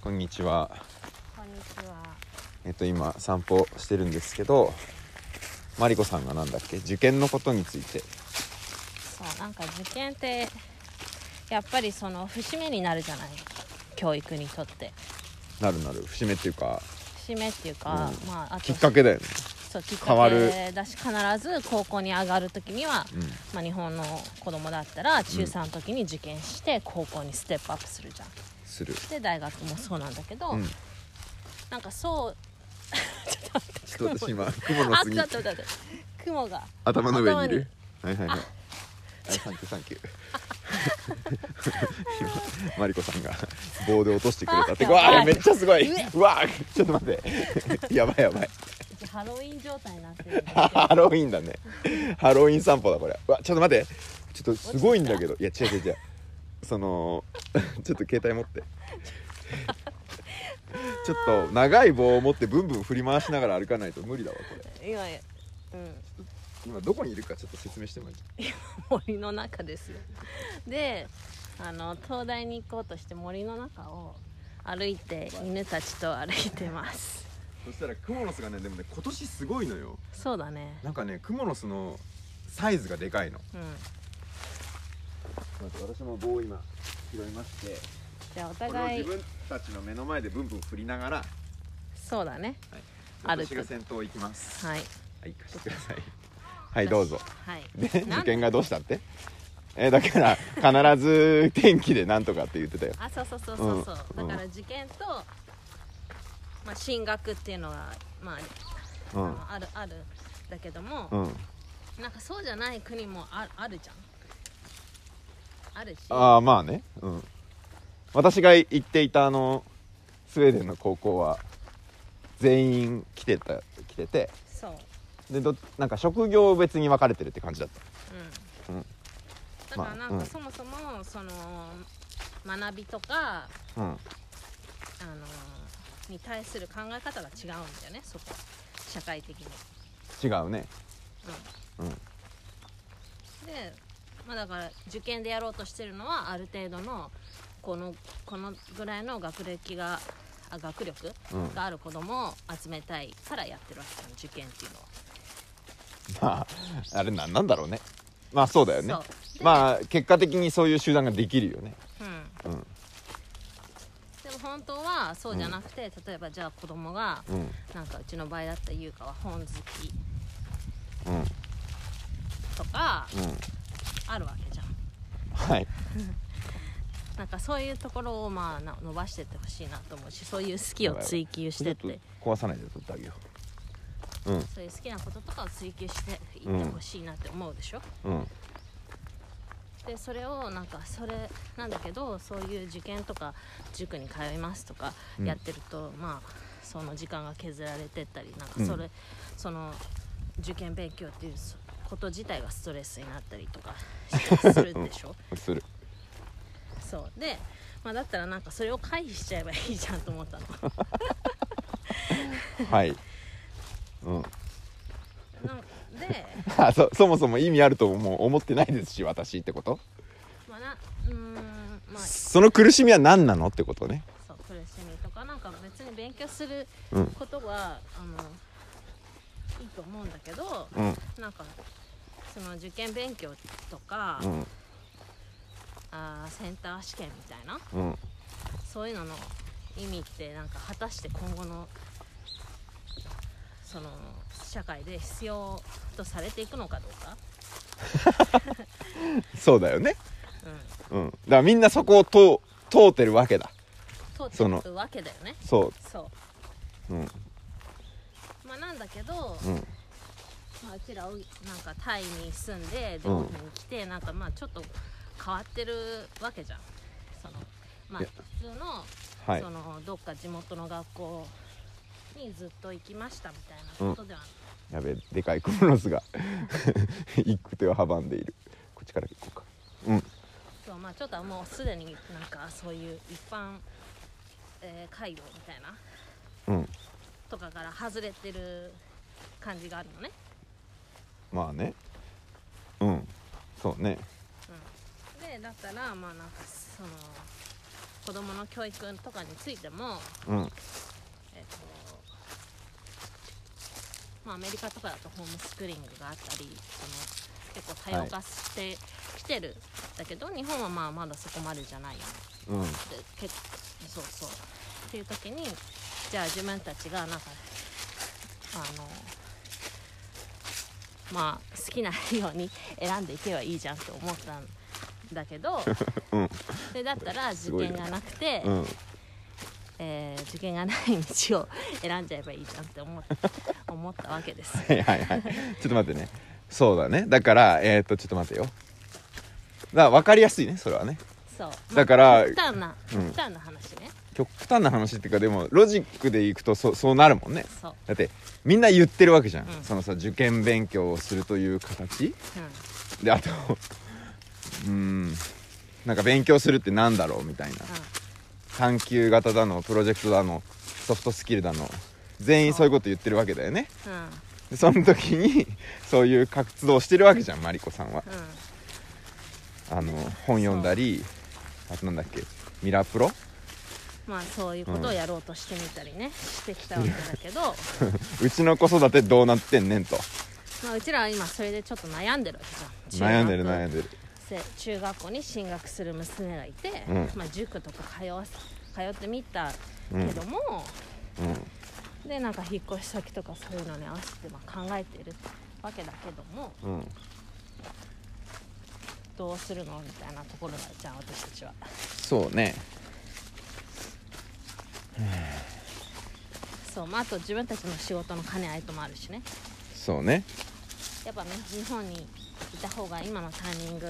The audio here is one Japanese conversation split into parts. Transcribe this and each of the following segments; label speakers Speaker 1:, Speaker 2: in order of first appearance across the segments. Speaker 1: こんにちは
Speaker 2: こんにちは。
Speaker 1: えっと今散歩してるんですけどマリコさんがなんだっけ受験のことについて
Speaker 2: そうなんか受験ってやっぱりその節目になるじゃない教育にとって
Speaker 1: なるなる節目っていうか
Speaker 2: 節目っていうか、
Speaker 1: うん
Speaker 2: まああと
Speaker 1: きっかけだよね
Speaker 2: そうきっ
Speaker 1: 変わ
Speaker 2: か
Speaker 1: る
Speaker 2: けだし必ず高校に上がる時には、
Speaker 1: うん
Speaker 2: まあ、日本の子供だったら中3の時に受験して高校にステップアップするじゃん。
Speaker 1: する
Speaker 2: で大学もそうなんだけど、
Speaker 1: うん
Speaker 2: なんかそう
Speaker 1: ちょっと私 今雲の
Speaker 2: あっ
Speaker 1: 次
Speaker 2: たあったあったあった雲が
Speaker 1: 頭の上にいるはいはいはいは
Speaker 2: あ
Speaker 1: いサンキューサンキュー今マリコさんが棒で落としてくれたって
Speaker 2: あ
Speaker 1: うわ
Speaker 2: やば
Speaker 1: あ
Speaker 2: いう
Speaker 1: めっちゃすごい
Speaker 2: え
Speaker 1: うわちょっと待ってやばいやばい
Speaker 2: ハロウィン状態になってるんだけ ど
Speaker 1: ハロウィンだねハロウィン散歩だこれうわちょっと待ってちょっとすごいんだけどいや違う違う違うその ちょっと携帯持ってちょっと長い棒を持ってブンブン振り回しながら歩かないと無理だわこれ
Speaker 2: 今、うん、
Speaker 1: 今どこにいるかちょっと説明してもいい
Speaker 2: 森の中ですよであの東大に行こうとして森の中を歩いて犬たちと歩いてます
Speaker 1: そしたらクモの巣がねでもね今年すごいのよ
Speaker 2: そうだね
Speaker 1: なんかねクモの巣のサイズがでかいの
Speaker 2: うん
Speaker 1: 私も棒を今拾いまして
Speaker 2: じゃあお
Speaker 1: これを
Speaker 2: 互
Speaker 1: 自
Speaker 2: い
Speaker 1: 分たちの目の前でブンブン振りながら、はい、
Speaker 2: そうだね歩く
Speaker 1: 私が先頭行きます
Speaker 2: はい
Speaker 1: はい、貸してください。 はい、どうぞ。
Speaker 2: はい
Speaker 1: で、
Speaker 2: なん
Speaker 1: 受験がどうしたって。えだから、必ず天気でなんとかって言ってたよ。
Speaker 2: あそうそうそうそうそう、
Speaker 1: うん
Speaker 2: だから受験と、まあ、進学っていうのが、まあ
Speaker 1: う
Speaker 2: あ
Speaker 1: ん。
Speaker 2: のあるあるだけども、
Speaker 1: うん。
Speaker 2: なんかそうじゃない国もああるじゃんあるし
Speaker 1: ああ、まあね。うん。私が行っていたあの、スウェーデンの高校は、全員来てた、来てて、
Speaker 2: そううん
Speaker 1: で、ど、なんか職業別に分かれてるって感じだった。うん
Speaker 2: だからなん
Speaker 1: まあう
Speaker 2: か
Speaker 1: ん
Speaker 2: そもそもその学びとか
Speaker 1: うん。
Speaker 2: あのに対する考え方が違うんだよねそこ社会的に、
Speaker 1: 違うね。
Speaker 2: う
Speaker 1: うん。
Speaker 2: ん、で、まあ、だから受験でやろうとしてるのはある程度のこのこのぐらいの学歴があ学力
Speaker 1: うん。
Speaker 2: がある子供を集めたいからやってるわけじゃん受験っていうのは
Speaker 1: まあ、あれなんなんだろうね。まあ、そうだよね。
Speaker 2: そうで
Speaker 1: まあ、結果的にそういう集団ができるよね。
Speaker 2: うん
Speaker 1: うん。
Speaker 2: でも本当はそうじゃなくて、例えばじゃあ子供が
Speaker 1: うん。
Speaker 2: なんかうちの場合だったら優香は本好き
Speaker 1: うん。
Speaker 2: とか
Speaker 1: うん。
Speaker 2: あるわけじゃん
Speaker 1: はい。
Speaker 2: なんかそういうところをまあな伸ばしてってほしいなと思うしそういう好きを追求してっ
Speaker 1: ちょってと壊さないで取ってあげよううん
Speaker 2: そういう好きなこととかを追求していってほしいなって思うでしょ、
Speaker 1: うん
Speaker 2: でそれをなんかそれなんだけどそういう受験とか塾に通いますとか
Speaker 1: うん
Speaker 2: やってると、まあその時間が削られてったりなん
Speaker 1: う
Speaker 2: か
Speaker 1: ん
Speaker 2: それ、その受験勉強っていうそこと自体がストレスになったりとかするでしょ
Speaker 1: する
Speaker 2: そうで、まあ、だったらなんかそれを回避しちゃえばいいじゃんと思ったの
Speaker 1: はい うん
Speaker 2: なので、
Speaker 1: あそそもそも意味あるともう思ってないですし私ってこと、
Speaker 2: まあ、なうーんまあ
Speaker 1: その苦しみは何なのってことね
Speaker 2: そう苦しみとかなんか別に勉強する
Speaker 1: うん
Speaker 2: ことは、あのいいと思うんだけど、
Speaker 1: うん
Speaker 2: なんかその受験勉強とか、
Speaker 1: うん
Speaker 2: あーセンター試験みたいな
Speaker 1: うん
Speaker 2: そういうのの意味ってなんか果たして今後のその社会で必要とされていくのかどうか、
Speaker 1: そうだよね
Speaker 2: うん、
Speaker 1: うんだからみんなそこを通通ってるわけだ
Speaker 2: 通っていくわけだよね
Speaker 1: そ
Speaker 2: そう
Speaker 1: うん
Speaker 2: うまあなんだけど、
Speaker 1: うん
Speaker 2: まあ、うちらおいなんかタイに住んでで
Speaker 1: うん
Speaker 2: オフに来てなんかまあちょっと変わってるわけじゃんそのまあ
Speaker 1: いや
Speaker 2: 普通の
Speaker 1: はい
Speaker 2: そのどっか地元の学校にずっと行きましたみたいなことでは、
Speaker 1: やべえでかいクモの巣が 一句手を阻んでいるこっちから行こうかうん
Speaker 2: そうまあちょっとはもうすでになんかそういう一般、えー、回路みたいな
Speaker 1: うん
Speaker 2: とかから外れてる感じがあるのね、
Speaker 1: まあねうんそうね
Speaker 2: うん、でだったらまあなんかその子どもの教育とかについても、
Speaker 1: うん
Speaker 2: えっとまあ、アメリカとかだとホームスクーリングがあったりその結構多様化してきてる、だけど日本はまあまだそこまでじゃないよね
Speaker 1: うん
Speaker 2: で結そうそうっていう時にじゃあ自分たちがなんかあのまあ好きなように選んでいけばいいじゃんって思ったんだけど、
Speaker 1: うん
Speaker 2: でだったら
Speaker 1: す
Speaker 2: 受
Speaker 1: ごい
Speaker 2: 験がなくて、
Speaker 1: うん
Speaker 2: えー受験がない道を 選んじゃえばいいじゃんって思っ思ったわけです。
Speaker 1: はいはいはいちょっと待ってねそうだねだからえーっとちょっと待ってよだから分かりやすいねそれはね
Speaker 2: そう
Speaker 1: だから
Speaker 2: まあ極端な
Speaker 1: うん
Speaker 2: 極端な話ね、
Speaker 1: 極端な話っていうかでもロジックでいくとそそうなるもんね
Speaker 2: そう、
Speaker 1: だってみんな言ってるわけじゃん、
Speaker 2: うん
Speaker 1: そのさ受験勉強をするという形
Speaker 2: う
Speaker 1: であと うーんなんか勉強するってなんだろうみたいなん
Speaker 2: うん、
Speaker 1: 探究型だのプロジェクトだのソフトスキルだの全員そういうこと言ってるわけだよね
Speaker 2: うん
Speaker 1: でその時にそういう活動をしてるわけじゃんマリコさんは
Speaker 2: うん
Speaker 1: あの本読んだりあとなんだっけミラプロ
Speaker 2: まあそういうことをやろうとしてみたりね、してきたわけだけど、
Speaker 1: うちの子育てどうなってんねんと
Speaker 2: まあ、うちらは今それでちょっと悩んでるわけじゃん
Speaker 1: 悩んでる悩ん
Speaker 2: で
Speaker 1: でる
Speaker 2: 中学校に進学する娘がいて、
Speaker 1: うん
Speaker 2: まあ、塾とか通わせ通ってみた
Speaker 1: う
Speaker 2: け
Speaker 1: ん
Speaker 2: ども、
Speaker 1: うん
Speaker 2: でなんか引っ越し先とかそういうのに合わせてまあ考えてるわけだけども
Speaker 1: うん
Speaker 2: どうするのみたいなところだじゃん私たちは
Speaker 1: そうね
Speaker 2: そう、まあ、あと自分たちの仕事の兼ね合いともあるしね
Speaker 1: そうね
Speaker 2: やっぱね日本にいた方が今のタイミング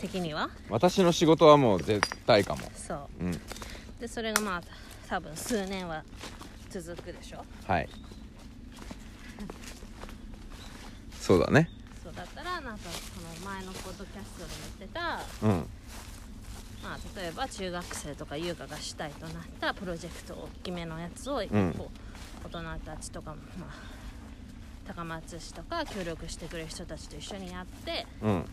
Speaker 2: 的には
Speaker 1: 私の仕事はもう絶対かも
Speaker 2: そう
Speaker 1: うん
Speaker 2: でそれがまあ多分数年は続くでしょ
Speaker 1: はいそうだね
Speaker 2: そうだったらなんかその前のポッドキャストで言ってた、
Speaker 1: うん
Speaker 2: まあ、例えば中学生とか優香が主体となったプロジェクト大きめのやつを、
Speaker 1: ん
Speaker 2: こう大人たちとかも、まあ、高松市とか協力してくれる人たちと一緒にやって
Speaker 1: うん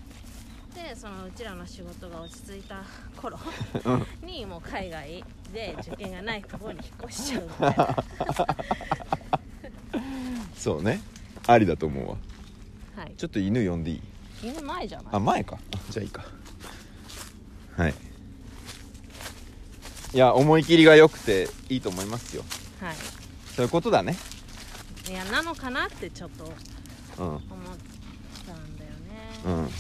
Speaker 2: でそのうちらの仕事が落ち着いた頃
Speaker 1: うん
Speaker 2: にもう海外で受験がないところに引っ越しちゃうみた いなは
Speaker 1: そうねありだと思うわ
Speaker 2: い
Speaker 1: ちょっと犬呼んでいい
Speaker 2: 犬前じゃない
Speaker 1: あ前かあじゃあいいかはいいや思い切りが良くていいと思いますよ
Speaker 2: はい
Speaker 1: そういうことだね
Speaker 2: いやなのかなってちょっと思っ
Speaker 1: うん
Speaker 2: たんだよ
Speaker 1: う
Speaker 2: ね、
Speaker 1: ん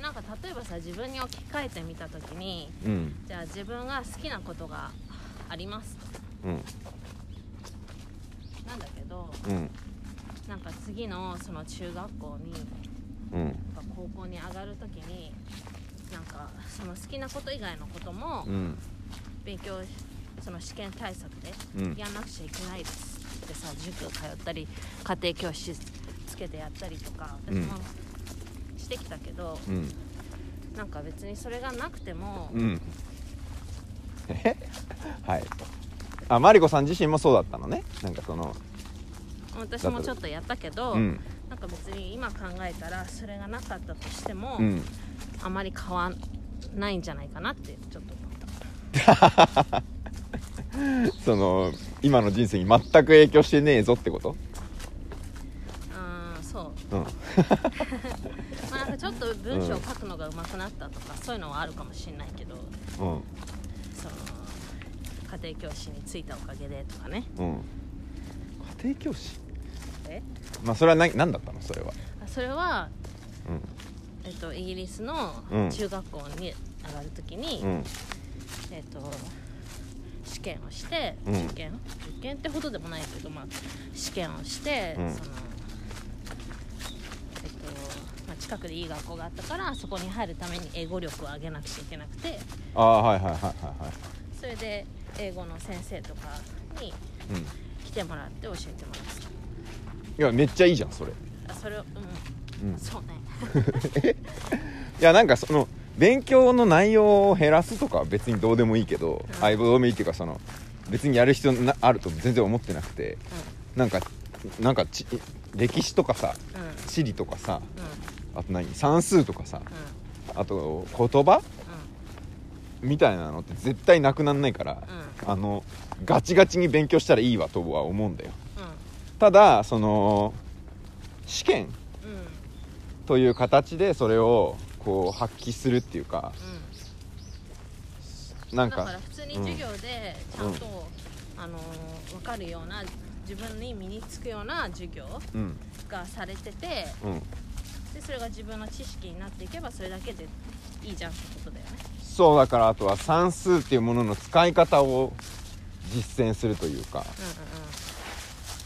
Speaker 2: なんか例えばさ自分に置き換えてみた時に
Speaker 1: うん
Speaker 2: じゃあ自分が好きなことがあります
Speaker 1: うん
Speaker 2: なんだけど
Speaker 1: うん
Speaker 2: なんか次のその中学校に
Speaker 1: うん
Speaker 2: とか高校に上がる時になんかその好きなこと以外のことも
Speaker 1: うん
Speaker 2: 勉強その試験対策で
Speaker 1: うん
Speaker 2: やんなくちゃいけないですってさ塾通ったり家庭教師つけてやったりとか私もしてきたけど、
Speaker 1: うん
Speaker 2: なんか別にそれがなくても、
Speaker 1: うんえはいあマリコさん自身もそうだったのねなんかその
Speaker 2: 私もちょっとやったけど、
Speaker 1: うん
Speaker 2: なんか別に今考えたらそれがなかったとしても、
Speaker 1: うん
Speaker 2: あまり変わんないんじゃないかなってちょっと思った
Speaker 1: その今の人生に全く影響してねえぞってこと
Speaker 2: うーんそう
Speaker 1: うん
Speaker 2: まあなんかちょっと文章を書くのが上手くなったとか、そういうのはあるかもしれないけど
Speaker 1: うん
Speaker 2: その家庭教師についたおかげでとかね
Speaker 1: うん家庭教師
Speaker 2: え
Speaker 1: まあそれは何何だったのそれは
Speaker 2: あそれは、
Speaker 1: うん
Speaker 2: えっと、イギリスの
Speaker 1: うん
Speaker 2: 中学校に上がるときに、
Speaker 1: うん
Speaker 2: えっと試験をして、
Speaker 1: うん
Speaker 2: 受験受験ってほどでもないけど、まあ、試験をして、
Speaker 1: うん
Speaker 2: そのえっとまあ、近くでいい学校があったからそこに入るために英語力を上げなくちゃいけなくて
Speaker 1: ああはいはいはいはいはい
Speaker 2: それで英語の先生とかに
Speaker 1: うん
Speaker 2: 来てもらって教えてもらって
Speaker 1: いやめっちゃいいじゃんそれ
Speaker 2: たあそれをう
Speaker 1: うん
Speaker 2: んそうね
Speaker 1: いやなんかその勉強の内容を減らすとかは別にどうでもいいけど、
Speaker 2: うん
Speaker 1: あいどうでもいいっていうかその別にやる必要なあると全然思ってなくてなんかなんかち歴史とかさ
Speaker 2: うんうんうん
Speaker 1: 地理とかさ
Speaker 2: うん
Speaker 1: あと何算数とかさあと言葉
Speaker 2: う
Speaker 1: みたいなのって絶対なくなんないから、あのガチガチに勉強したらいいわとは思うんだよただその試験
Speaker 2: うんうんうん
Speaker 1: という形でそれをこう発揮するっていうかな
Speaker 2: だ
Speaker 1: ん
Speaker 2: か
Speaker 1: から
Speaker 2: 普通に授業でちゃんと、あの分かるような自分に身につくような授業
Speaker 1: うん
Speaker 2: がされてて
Speaker 1: うん
Speaker 2: でそれが自分の知識になっていけばそれだけでいいじゃんってことだよね
Speaker 1: そうだからあとは算数っていうものの使い方を実践するというか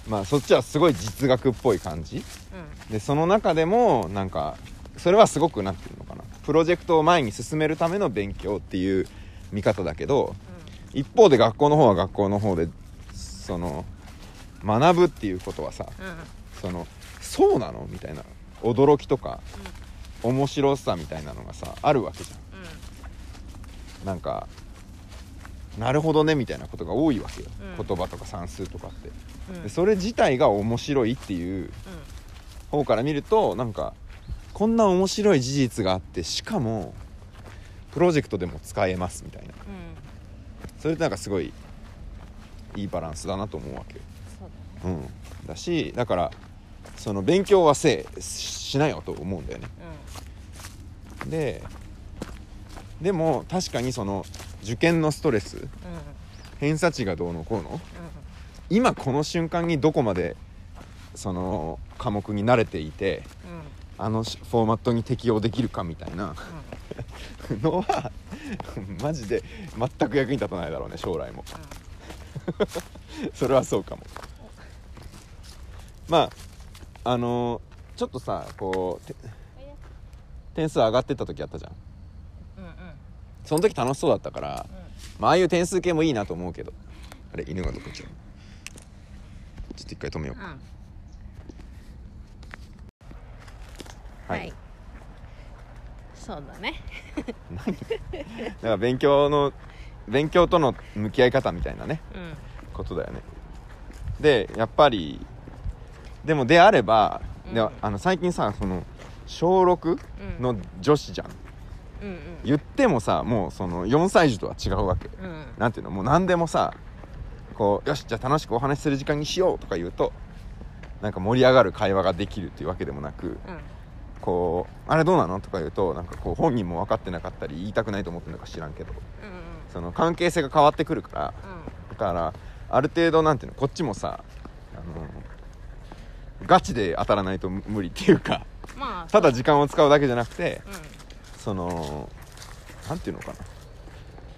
Speaker 2: う
Speaker 1: まあそっちはすごい実学っぽい感じ
Speaker 2: んうんうん
Speaker 1: でその中でもなんかそれはすごくなんていうのかなプロジェクトを前に進めるための勉強っていう見方だけど一方で学校の方は学校の方でその学ぶっていうことはさ
Speaker 2: うんうん
Speaker 1: そのそうなのみたいな驚きとか面白さみたいなのがさあるわけじゃんなんかなるほどねみたいなことが多いわけよ、
Speaker 2: うん
Speaker 1: 言葉とか算数とかって
Speaker 2: うんうん
Speaker 1: でそれ自体が面白いっていう
Speaker 2: う
Speaker 1: 方から見るとなんかこんな面白い事実があってしかもプロジェクトでも使えますみたいなん
Speaker 2: うん
Speaker 1: それってなんかすごいいいバランスだなと思うわけよ
Speaker 2: そうだね
Speaker 1: うん、だしだからその勉強はせえしないよと思うんだよねででも確かにその受験のストレス
Speaker 2: うんうん
Speaker 1: 偏差値がどうのこうの
Speaker 2: うん
Speaker 1: 今この瞬間にどこまでその科目に慣れていて
Speaker 2: うん
Speaker 1: あのしフォーマットに適応できるかみたいな
Speaker 2: うん
Speaker 1: のは マジで全く役に立たないだろうね将来も
Speaker 2: う
Speaker 1: それはそうかもまああのちょっとさこうて点数上がってった時あったじゃん
Speaker 2: んうんうん
Speaker 1: その時楽しそうだったから、まあ、ああいう点数系もいいなと思うけどあれ犬がどこ行っちゃうちょっと一回止めよう
Speaker 2: うん
Speaker 1: は、
Speaker 2: はいいそうだね
Speaker 1: だから勉強の勉強との向き合い方みたいなね
Speaker 2: うん
Speaker 1: ことだよねでやっぱりでもであれば、で
Speaker 2: うん
Speaker 1: あの最近さその小6
Speaker 2: うん
Speaker 1: の女子じゃん、
Speaker 2: うん
Speaker 1: 言ってもさもうその4歳児とは違うわけ、
Speaker 2: うんうん
Speaker 1: なんていうのもう何でもさこうよしじゃあ楽しくお話しする時間にしようとか言うとなんか盛り上がる会話ができるっていうわけでもなく
Speaker 2: うん
Speaker 1: こうあれどうなのとか言うとなんかこう本人も分かってなかったり言いたくないと思ってるのか知らんけど
Speaker 2: うん
Speaker 1: その関係性が変わってくるから
Speaker 2: う
Speaker 1: だからある程度なんていうのこっちもさあのガチで当たらないと無理っていうか
Speaker 2: んまあ
Speaker 1: ただ時間を使うだけじゃなくて
Speaker 2: うん
Speaker 1: そのなんていうのかな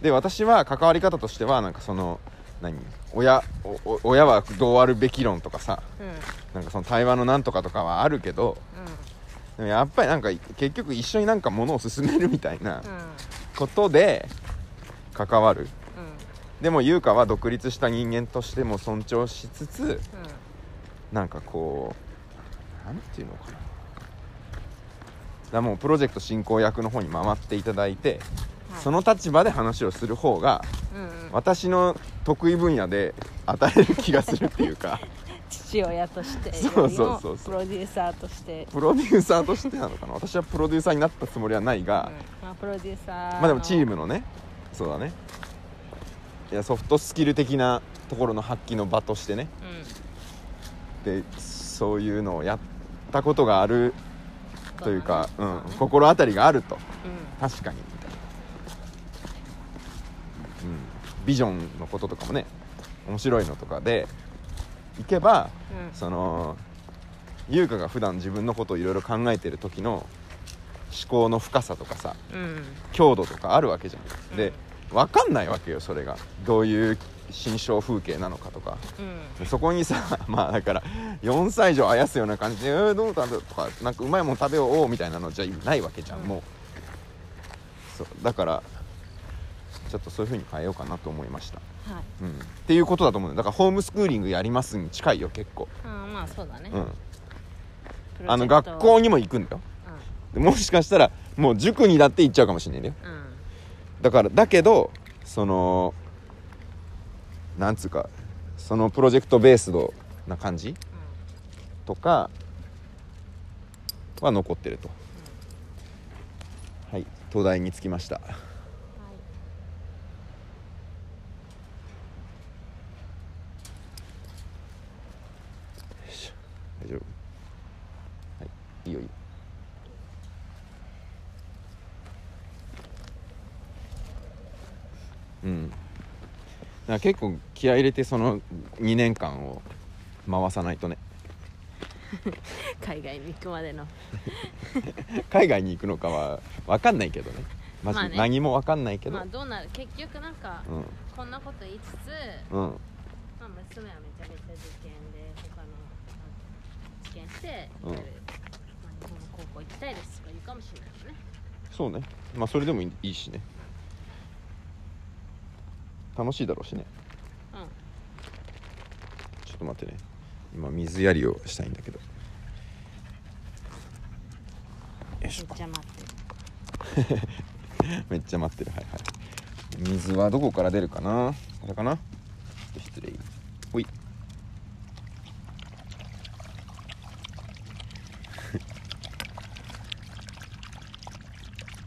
Speaker 1: で私は関わり方としてはなんかその何親おお親はどうあるべき論とかさ
Speaker 2: うんうん
Speaker 1: なんかその対話のなんとかとかはあるけどでもやっぱりなんか結局一緒になんかものを進めるみたいな
Speaker 2: うん
Speaker 1: ことで関わる
Speaker 2: うん
Speaker 1: でも優香は独立した人間としても尊重しつつ
Speaker 2: うん
Speaker 1: なんかこうなんていうのかなだからもうプロジェクト進行役の方に回っていただいて
Speaker 2: はい
Speaker 1: その立場で話をする方が
Speaker 2: うんうん
Speaker 1: 私の得意分野で当たれる気がするっていうか
Speaker 2: 父親として
Speaker 1: そうそうそうそう
Speaker 2: よりもプロデューサーとして
Speaker 1: プロデューサーとしてなのかな私はプロデューサーになったつもりはないが、
Speaker 2: うんまあプロデューサーの
Speaker 1: まあでもチームのねそうだねいやソフトスキル的なところの発揮の場としてね
Speaker 2: うん
Speaker 1: でそういうのをやったことがあるというか、
Speaker 2: そう
Speaker 1: う
Speaker 2: だね
Speaker 1: ん、
Speaker 2: そうだね
Speaker 1: 心当たりがあると
Speaker 2: うん
Speaker 1: 確かにみたいな、うん、ビジョンのこととかもね面白いのとかでいけば
Speaker 2: うん
Speaker 1: その優香が普段自分のことをいろいろ考えてる時の思考の深さとかさ
Speaker 2: うん
Speaker 1: 強度とかあるわけじゃんで分かんないわけよそれがどういう心象風景なのかとか
Speaker 2: うん
Speaker 1: でそこにさ まあだから4歳以上あやすような感じで「えー、どうだろう?」とか「なんかうまいもん食べよう」みたいなのじゃないわけじゃん、
Speaker 2: うん
Speaker 1: もうそうだからちょっとそういう風に変えようかなと思いました、
Speaker 2: はい
Speaker 1: うん、っていうことだと思うんだよだからホームスクーリングやりますに近いよ結構、
Speaker 2: あーまあそうだね
Speaker 1: うん、
Speaker 2: プロ
Speaker 1: あの
Speaker 2: ジェク
Speaker 1: 学
Speaker 2: トを
Speaker 1: 校にも行くんだよでもしかしたらもう塾にだって行っちゃうかもしれないんだよ
Speaker 2: うんうん
Speaker 1: だからだけどそのなんつうかそのプロジェクトベースドな感じとかは残ってると、はい東大に着きました
Speaker 2: うんはい
Speaker 1: うん、だから結構気合い入れてその2年間を回さないとね
Speaker 2: 海外に行くまでの
Speaker 1: 海外に行くのかは分かんないけどねマジ、
Speaker 2: まあね
Speaker 1: 何も分かんないけど、
Speaker 2: まあどうなる結局なんか
Speaker 1: う
Speaker 2: こんなこと言いつつ、
Speaker 1: んうん
Speaker 2: まあ、娘はめちゃめちゃ受験で他のあ受験して、
Speaker 1: うん
Speaker 2: まあ、日本の高校行きたいですとか言うかもしれないよね
Speaker 1: そうねまあそれでもいいいいしね楽しいだろうしね
Speaker 2: うん
Speaker 1: ちょっと待ってね今水やりをしたいんだけどよい
Speaker 2: め
Speaker 1: し
Speaker 2: っ
Speaker 1: ょ
Speaker 2: ちゃ待ってる
Speaker 1: めっちゃ待ってるはいはい水はどこから出るかなこれかなちょっと失礼ほい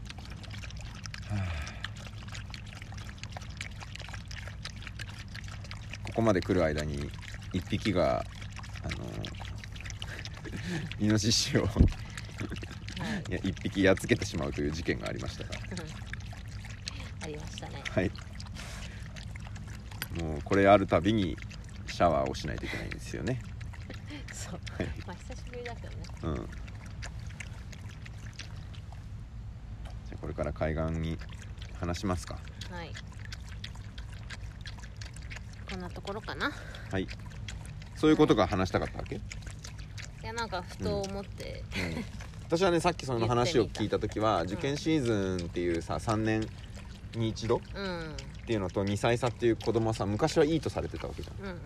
Speaker 1: はあここまで来る間に一匹があの イノシシを
Speaker 2: はい
Speaker 1: いや一匹やっつけてしまうという事件がありましたが
Speaker 2: ありました ね
Speaker 1: はい。もうこれあるたびにシャワーをしないといけないんですよね。
Speaker 2: そう
Speaker 1: はい。
Speaker 2: まあ久しぶりだけどね
Speaker 1: うん。じゃあこれから海岸に話しますか。
Speaker 2: はいこんなところかな
Speaker 1: はい。そういうことが話したかったわけ。うん。
Speaker 2: いやなんかふと思って、
Speaker 1: 私はねさっきその話を聞いた時は
Speaker 2: 言っ
Speaker 1: 受
Speaker 2: てみた
Speaker 1: 験シーズンっていうさ3年に一度っ
Speaker 2: うん、うん
Speaker 1: ていうのと2歳差っていう子供はさ昔はいいとされてたわけじゃん
Speaker 2: うん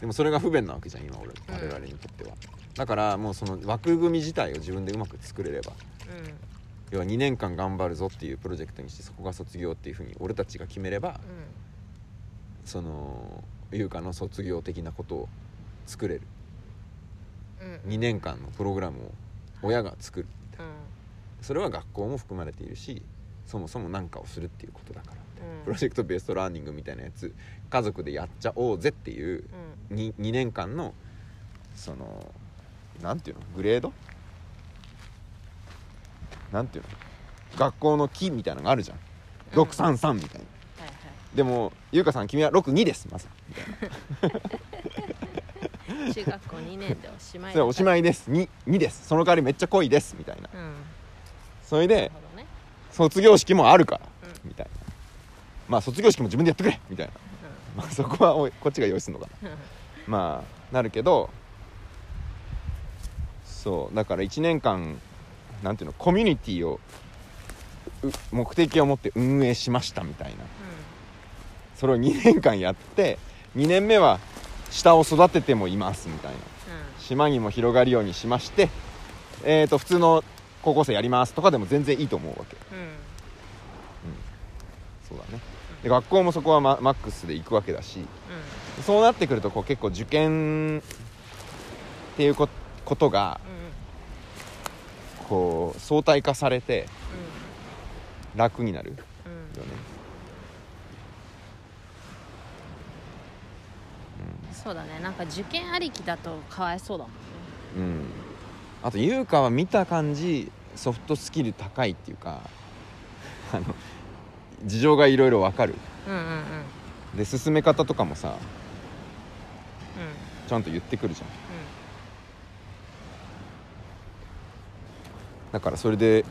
Speaker 1: でもそれが不便なわけじゃん今俺
Speaker 2: ん
Speaker 1: 我々にとっては、だからもうその枠組み自体を自分でうまく作れれば
Speaker 2: うん
Speaker 1: 要は2年間頑張るぞっていうプロジェクトにしてそこが卒業っていうふうに俺たちが決めればその優香の卒業的なことを作れる
Speaker 2: うんうん
Speaker 1: 2年間のプログラムを親が作る
Speaker 2: うん
Speaker 1: それは学校も含まれているしそもそも何かをするっていうことだから
Speaker 2: うん
Speaker 1: プロジェクトベーストラーニングみたいなやつ家族でやっちゃおうぜっていう
Speaker 2: うん
Speaker 1: に 2, 年間のそのなんていうのグレードなんていうの学校の木みたいなのがあるじゃん633みたいな、
Speaker 2: はいはい
Speaker 1: でも優香さん君は62ですまず
Speaker 2: 中学校2年でおしまい
Speaker 1: それはおしまいです2二ですその代わりめっちゃ濃いですみたいな
Speaker 2: うん
Speaker 1: それ
Speaker 2: な
Speaker 1: で
Speaker 2: るほどね
Speaker 1: 卒業式もあるから、
Speaker 2: う
Speaker 1: みたいなまあ卒業式も自分でやってくれみたいな、まあ、そこはおいこっちが用意するのかな
Speaker 2: うんうん
Speaker 1: まあなるけどそうだから1年間なんていうのコミュニティをう目的を持って運営しましたみたいなそれを2年間やって2年目は下を育ててもいますみたいな島にも広がるようにしましてえー、と普通の高校生やりますとかでも全然いいと思うわけ
Speaker 2: うんうん
Speaker 1: そうだねで学校もそこはママックスで行くわけだしそうなってくるとこう結構受験っていうこことが
Speaker 2: うんうん
Speaker 1: こう相対化されて楽になるよね
Speaker 2: うんうんそうだねなんか受験ありきだとかわいそうだもんね
Speaker 1: うん、うん、あと優香は見た感じソフトスキル高いっていうかあの事情がいろいろわかる
Speaker 2: うんうんうんうん
Speaker 1: で進め方とかもさちゃんと言ってくるじゃんだからそれで、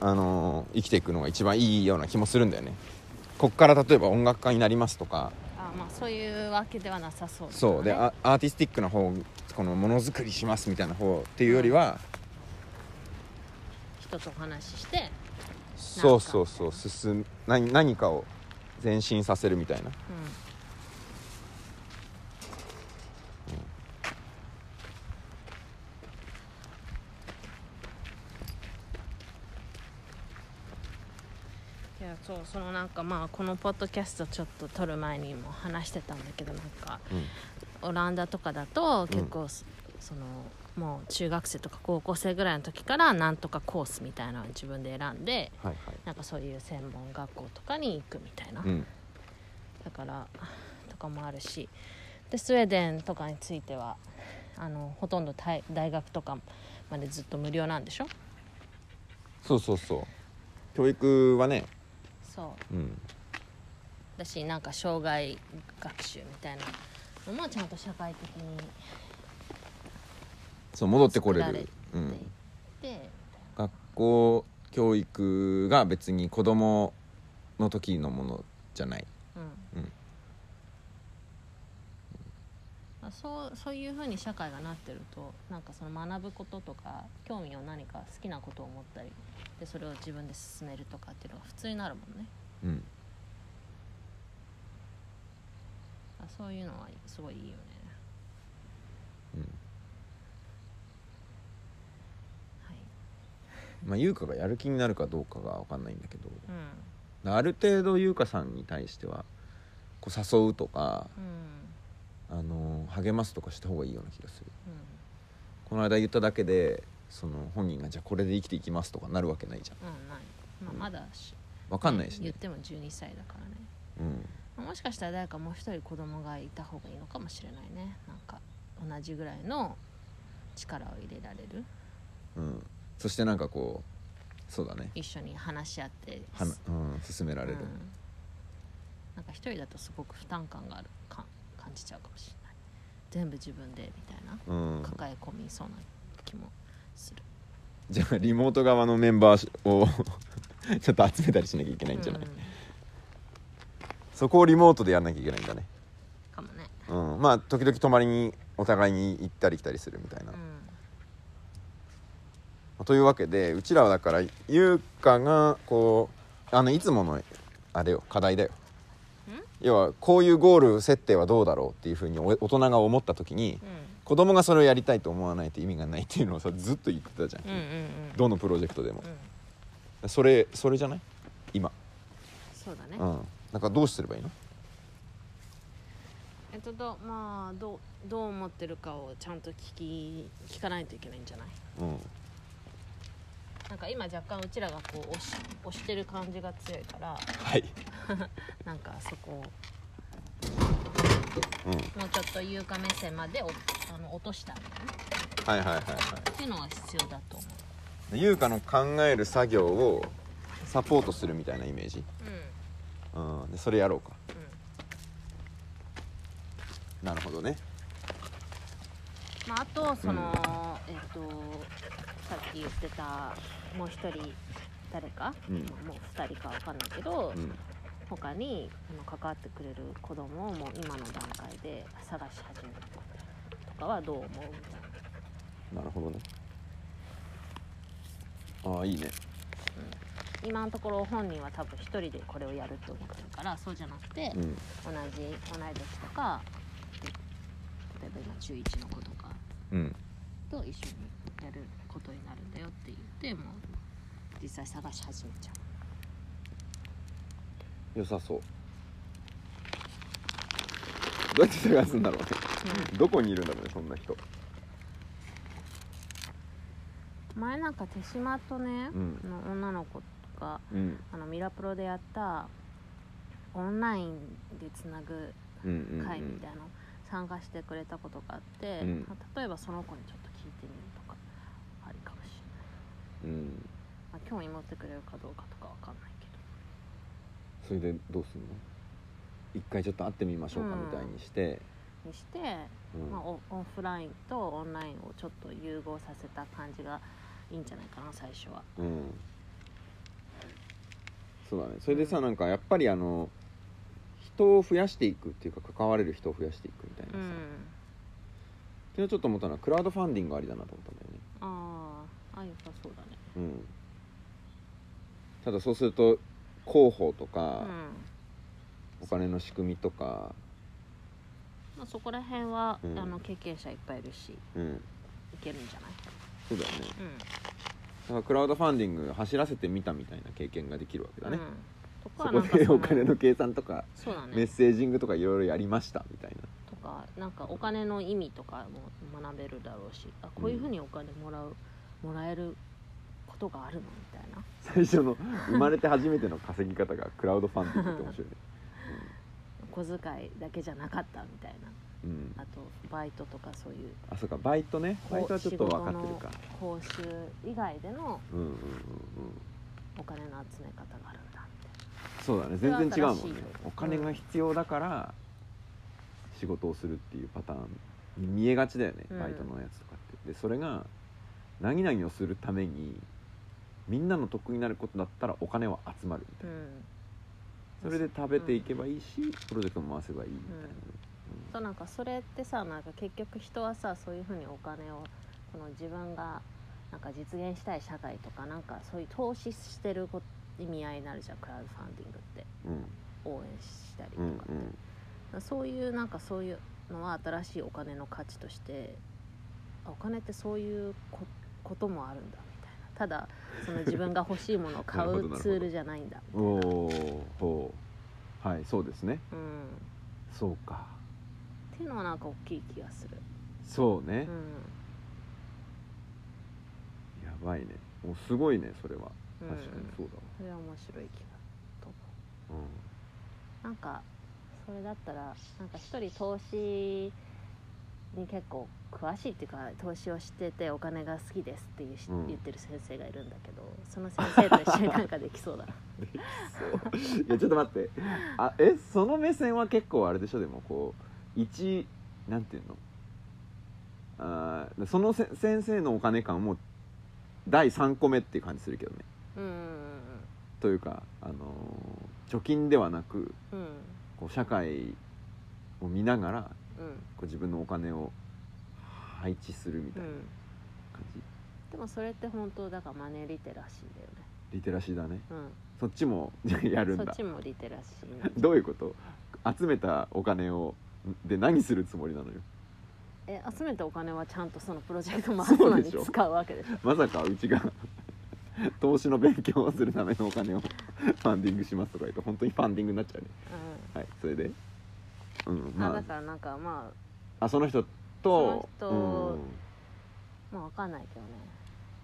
Speaker 1: あのー生きていくのが一番いいような気もするんだよねこっから例えば音楽家になりますとか
Speaker 2: あまあそういうわけではなさそうだね
Speaker 1: そうでアアーティスティックな方このものづくりしますみたいな方っていうよりは、
Speaker 2: 人とお話しして
Speaker 1: そうそうそう進む何何かを前進させるみたいな
Speaker 2: うんいやそうそのなんかまあこのポッドキャストちょっと撮る前にも話してたんだけどなんかオランダとかだと結構そ,、のもう中学生とか高校生ぐらいの時からなんとかコースみたいなのを自分で選んで
Speaker 1: はいはい
Speaker 2: なんかそういう専門学校とかに行くみたいな、
Speaker 1: うん
Speaker 2: だからとかもあるしでスウェーデンとかについてはあのほとんど大大学とかまでずっと無料なんでしょ
Speaker 1: そうそうそう教育はね
Speaker 2: そう
Speaker 1: うん
Speaker 2: だしなんか障害学習みたいなのもちゃんと社会的に
Speaker 1: そう戻ってこれ
Speaker 2: 作ら
Speaker 1: る
Speaker 2: て、
Speaker 1: う
Speaker 2: い
Speaker 1: ん、
Speaker 2: て
Speaker 1: 学校教育が別に子供の時のものじゃない、
Speaker 2: う
Speaker 1: うん
Speaker 2: ん、そうそういうふうに社会がなってるとなんかその学ぶこととか興味を何か好きなことを持ったりでそれを自分で進めるとかっていうのが普通になるもんね
Speaker 1: うん、
Speaker 2: あそういうのはすごいいいよねはい
Speaker 1: まあ優香がやる気になるかどうかが分かんないんだけど
Speaker 2: うん
Speaker 1: ある程度優香さんに対してはこう誘うとか、
Speaker 2: うん
Speaker 1: あの励ますとかした方がいいような気がする
Speaker 2: う
Speaker 1: この間言っただけでその本人がじゃあこれで生きていきますとかなるわけないじゃん
Speaker 2: んうんない、まあ、まだし
Speaker 1: 分かんないし
Speaker 2: 言
Speaker 1: ね
Speaker 2: っ、ても12歳だからね
Speaker 1: うん、
Speaker 2: まあもしかしたら誰かもう一人子供がいた方がいいのかもしれないねなんか同じぐらいの力を入れられる
Speaker 1: うん、そしてなんかこうそうだね
Speaker 2: 一緒に話し合って
Speaker 1: はな、うん、勧められる、
Speaker 2: うんなんか一人だとすごく負担感があるか感じちゃうかもしれない全部自分でみたいな
Speaker 1: うん
Speaker 2: 抱え込みそうな気もする、
Speaker 1: じゃあリモート側のメンバーを ちょっと集めたりしなきゃいけないんじゃない、
Speaker 2: うん
Speaker 1: そこをリモートでやんなきゃいけないんだね、
Speaker 2: かもね
Speaker 1: うん、まあ時々泊まりにお互いに行ったり来たりするみたいな、
Speaker 2: うん
Speaker 1: というわけでうちらはだから優香がこうあのいつものあれよ課題だよ要はこういうゴール設定はどうだろうっていうふうにお大人が思った時に
Speaker 2: う
Speaker 1: 子供がそれをやりたいと思わないと意味がないっていうのをさずっと言ってたじゃん、
Speaker 2: んうんうんうん
Speaker 1: どのプロジェクトでも
Speaker 2: う、ん
Speaker 1: それそれじゃない今
Speaker 2: そうだね、
Speaker 1: うんだからどうすればいいの
Speaker 2: えっとどまあどうどう思ってるかをちゃんと聞き聞かないといけないんじゃない
Speaker 1: うん
Speaker 2: なんか今若干うちらがこう押し押してる感じが強いから
Speaker 1: はい
Speaker 2: なんかそこをも
Speaker 1: うん
Speaker 2: うちょっと優香目線までおあの落としたっ
Speaker 1: はいはいはいは
Speaker 2: ていうのは必要だと思
Speaker 1: い優香の考える作業をサポートするみたいなイメージ、
Speaker 2: ううん
Speaker 1: うん、でそれやろうか
Speaker 2: うん
Speaker 1: なるほどね
Speaker 2: まあ、あとその、えっ、とさっき言ってたもう一人誰か、
Speaker 1: うん
Speaker 2: まあもう二人かわかんないけど、
Speaker 1: うん
Speaker 2: 他にあの関わってくれる子供をもう今の段階で探し始めるとかはどう思うみたい
Speaker 1: なるほどねああいいね
Speaker 2: な今のところ本人は多分一人でこれをやると思ってるからそうじゃなくて、
Speaker 1: うん
Speaker 2: 同じ同い年とか例えば今中1の子とか
Speaker 1: うん
Speaker 2: と一緒にやることになるんだよって言ってもう実際探し始めちゃう。
Speaker 1: 良さそうどうやって探すんだろうねどこにいるんだろうねそんな人
Speaker 2: 前なんか手島とね、
Speaker 1: うん
Speaker 2: の女の子が
Speaker 1: うん
Speaker 2: あのミラプロでやったオンラインでつなぐ
Speaker 1: うんうんうん
Speaker 2: 会みたいなの参加してくれたことがあって、
Speaker 1: うん
Speaker 2: まあ例えばその子にちょっと聞いてみるとかありかもしれない、
Speaker 1: うん
Speaker 2: まあ、興味持ってくれるかどうかとかわかんないけど
Speaker 1: それでどうすんの一回ちょっと会ってみましょうか
Speaker 2: うん
Speaker 1: みたいにして、
Speaker 2: にして、
Speaker 1: うん
Speaker 2: まあ、オオフラインとオンラインをちょっと融合させた感じがいいんじゃないかな最初は
Speaker 1: うんそうだねそれでさなんかやっぱりあの人を増やしていくっていうか関われる人を増やしていくみたいな
Speaker 2: う
Speaker 1: さ、
Speaker 2: ん
Speaker 1: 昨日ちょっと思ったのはクラウドファンディングありだなと思ったんだよね
Speaker 2: あーあよさそうだね
Speaker 1: うんただそうすると広報とか、
Speaker 2: うん
Speaker 1: お金の仕組みとか、
Speaker 2: まあ、そこら辺は、
Speaker 1: うん
Speaker 2: あの経験者いっぱいいるしい
Speaker 1: うん、
Speaker 2: けるんじゃない、
Speaker 1: そうだよね
Speaker 2: うん
Speaker 1: だからクラウドファンディング走らせてみたみたいな経験ができるわけだね、
Speaker 2: うん、と
Speaker 1: そ
Speaker 2: か
Speaker 1: こ
Speaker 2: なんか
Speaker 1: で
Speaker 2: そ
Speaker 1: お金の
Speaker 2: の
Speaker 1: 計算とか
Speaker 2: そうだ
Speaker 1: メッ
Speaker 2: ね
Speaker 1: セージングとかいろいろやりましたみたいな
Speaker 2: とかなんかお金の意味とかも学べるだろうしあこういうふうにお金もらう、もらえることがあるのみたいな
Speaker 1: 最初の生まれて初めての稼ぎ方がクラウドファンディングって面白いね
Speaker 2: 小遣いだけじゃなかったみたい
Speaker 1: うん、うん
Speaker 2: なあとバイトとかそういう
Speaker 1: あそうかバイトねバイトはちょっと分かってるか
Speaker 2: こう仕事の報酬以外での
Speaker 1: うんうんうんうん
Speaker 2: お金の集め方があるんだみたいな
Speaker 1: そうだね全然違うも
Speaker 2: そ
Speaker 1: ん
Speaker 2: れ
Speaker 1: ね
Speaker 2: は新しい
Speaker 1: お金が必要だから仕事をするっていうパターンに見えがちだよね、
Speaker 2: うん
Speaker 1: バイトのやつとかってでそれが何々をするためにみんなの得になることだったらお金は集まるみた
Speaker 2: う
Speaker 1: いな、
Speaker 2: ん
Speaker 1: それで食べていけばいいし、プロジェクトも回せばいいみたいな、
Speaker 2: そうなんかそれってさなんか結局人はさそういうふうにお金をこの自分がなんか実現したい社会とかなんかそういう投資してること意味合いになるじゃんクラウドファンディングって
Speaker 1: うん
Speaker 2: 応援したりと
Speaker 1: う
Speaker 2: か
Speaker 1: ん
Speaker 2: って、そういうなんかそういうのは新しいお金の価値としてあお金ってそういうここともあるんだみたいなただその自分が欲しいものを買
Speaker 1: なるほどな
Speaker 2: う
Speaker 1: るほど
Speaker 2: ツールじゃないんだ
Speaker 1: うんおおほうはいそうですね
Speaker 2: うん
Speaker 1: そうか
Speaker 2: っていうのはなんか大きい気がする、
Speaker 1: そうね
Speaker 2: う、ん
Speaker 1: やばいねもうすごいねそれは
Speaker 2: うん、
Speaker 1: 確かにそうだわ、
Speaker 2: それは面白い気がと思う
Speaker 1: うん
Speaker 2: なんかそれだったらなんか一人投資に結構詳しいっていうか投資をしててお金が好きですっていうし、
Speaker 1: うん
Speaker 2: 言ってる先生がいるんだけどその先生と一緒になんかできそうだな
Speaker 1: いやちょっと待ってあえその目線は結構あれでしょでもこう一なんていうのあーそのせ先生のお金感も第3個目っていう感じするけどね
Speaker 2: うん
Speaker 1: というか、あのー貯金ではなく
Speaker 2: うんうん
Speaker 1: こう社会を見ながら
Speaker 2: うん
Speaker 1: こう自分のお金を配置するみ
Speaker 2: う
Speaker 1: たいなん感じ、
Speaker 2: でもそれって本当だからマネーリテラシーだ
Speaker 1: リテラシーだね
Speaker 2: よね、
Speaker 1: そっちも や
Speaker 2: う
Speaker 1: るん
Speaker 2: ん、そっ
Speaker 1: だ
Speaker 2: ちもリテラシーに
Speaker 1: どういうこと集めたお金をで何するつもりなのよ
Speaker 2: え集めたお金はちゃんとそのプロジェクト回すのに使うわけでしょ
Speaker 1: まさかうちが 投資の勉強をするためのお金を ファンディングしますとか言うと本当にファンディングになっちゃうね
Speaker 2: うん
Speaker 1: はいそれでうん
Speaker 2: あ、だ
Speaker 1: ま
Speaker 2: からなんかまあ
Speaker 1: ああその人と
Speaker 2: その人まあわかんないけどね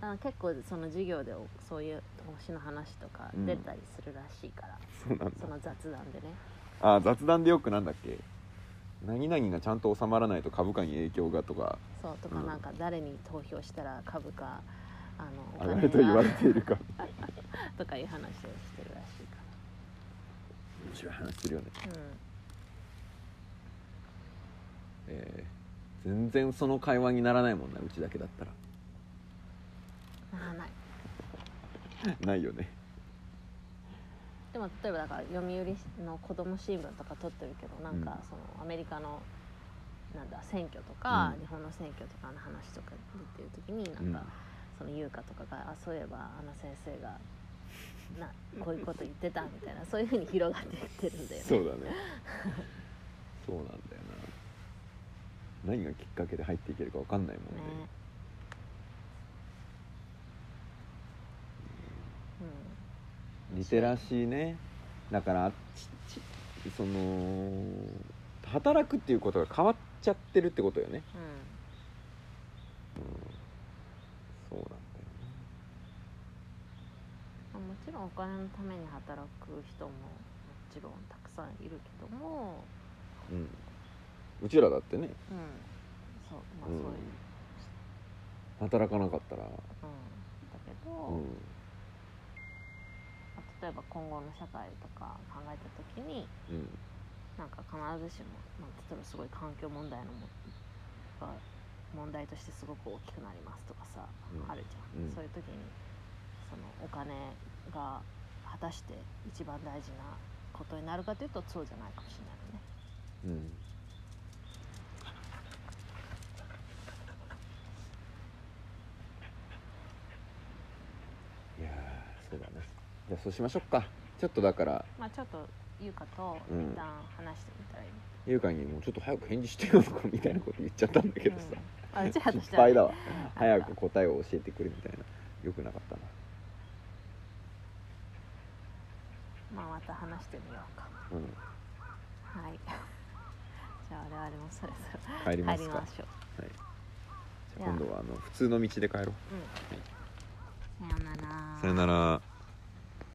Speaker 2: だから結構その授業でおそういう投資の話とか
Speaker 1: うん
Speaker 2: 出たりするらしいから、
Speaker 1: うん、そうなんだ
Speaker 2: その雑談でね
Speaker 1: あ雑談でよくなんだっけ何々がちゃんと収まらないと株価に影響がとか
Speaker 2: そうとか
Speaker 1: うん
Speaker 2: なんか誰に投票したら株価あのお
Speaker 1: 上が
Speaker 2: 金
Speaker 1: ると言われ
Speaker 2: が
Speaker 1: ているか
Speaker 2: とかいう話をしてるらしいか
Speaker 1: 面白い話するよね、
Speaker 2: ら、うん、
Speaker 1: えー全然その会話にならないもんなうちだけだったら
Speaker 2: ならない
Speaker 1: ないよね
Speaker 2: でも例えばだから読売の子ども新聞とか撮ってるけどなん
Speaker 1: うん
Speaker 2: かそのアメリカのなんだ選挙とか、
Speaker 1: うん
Speaker 2: 日本の選挙とかの話とか出てる時になんか、
Speaker 1: うん
Speaker 2: その優香とかが「あそういえばあの先生がなこういうこと言ってた」みたいなそういうふうに広がっていってるんだよね。
Speaker 1: そうだねそうなんだよな何がきっかけで入っていけるか分かんないもんね
Speaker 2: ね
Speaker 1: リテラシーねだからちちその働くっていうことが変わっちゃってるってことよね
Speaker 2: うんうん
Speaker 1: そうなんだよね
Speaker 2: まあもちろんお金のために働く人ももちろんたくさんいるけども、
Speaker 1: うん、うちらだってね、
Speaker 2: うん、そうま
Speaker 1: う
Speaker 2: あそうい
Speaker 1: ん
Speaker 2: う、うん、
Speaker 1: 働かなかったら、
Speaker 2: だけど、
Speaker 1: うん
Speaker 2: まあ例えば今後の社会とか考えた時に
Speaker 1: うん
Speaker 2: なんか必ずしも、まあ、例えばすごい環境問題のもが問題としてすごく大きくなりますとかさ、
Speaker 1: うん
Speaker 2: あるじゃ
Speaker 1: うん
Speaker 2: ん、そういう時にそのお金が果たして一番大事なことになるかというとそうじゃないかもしれな
Speaker 1: う
Speaker 2: いよね
Speaker 1: ん、いやーそうだねじゃあそうしましょうかちょっとだから
Speaker 2: まあちょっと優香と
Speaker 1: うん
Speaker 2: 一旦話してみたらいい、
Speaker 1: 優香にもうちょっと早く返事してよとかみたいなこと言っちゃったんだけどさ、
Speaker 2: うんあうちらとし
Speaker 1: 失
Speaker 2: ては
Speaker 1: 敗
Speaker 2: ね
Speaker 1: だわ早く答えを教えてくれみたいなよくなかったな
Speaker 2: まあまた話してみようか
Speaker 1: うん
Speaker 2: はい じゃあ我々もそれぞれ
Speaker 1: 帰りま
Speaker 2: 帰
Speaker 1: す
Speaker 2: り
Speaker 1: か
Speaker 2: ましょう
Speaker 1: じゃあ今度はあの普通の道で帰ろう
Speaker 2: うんさよなら
Speaker 1: ら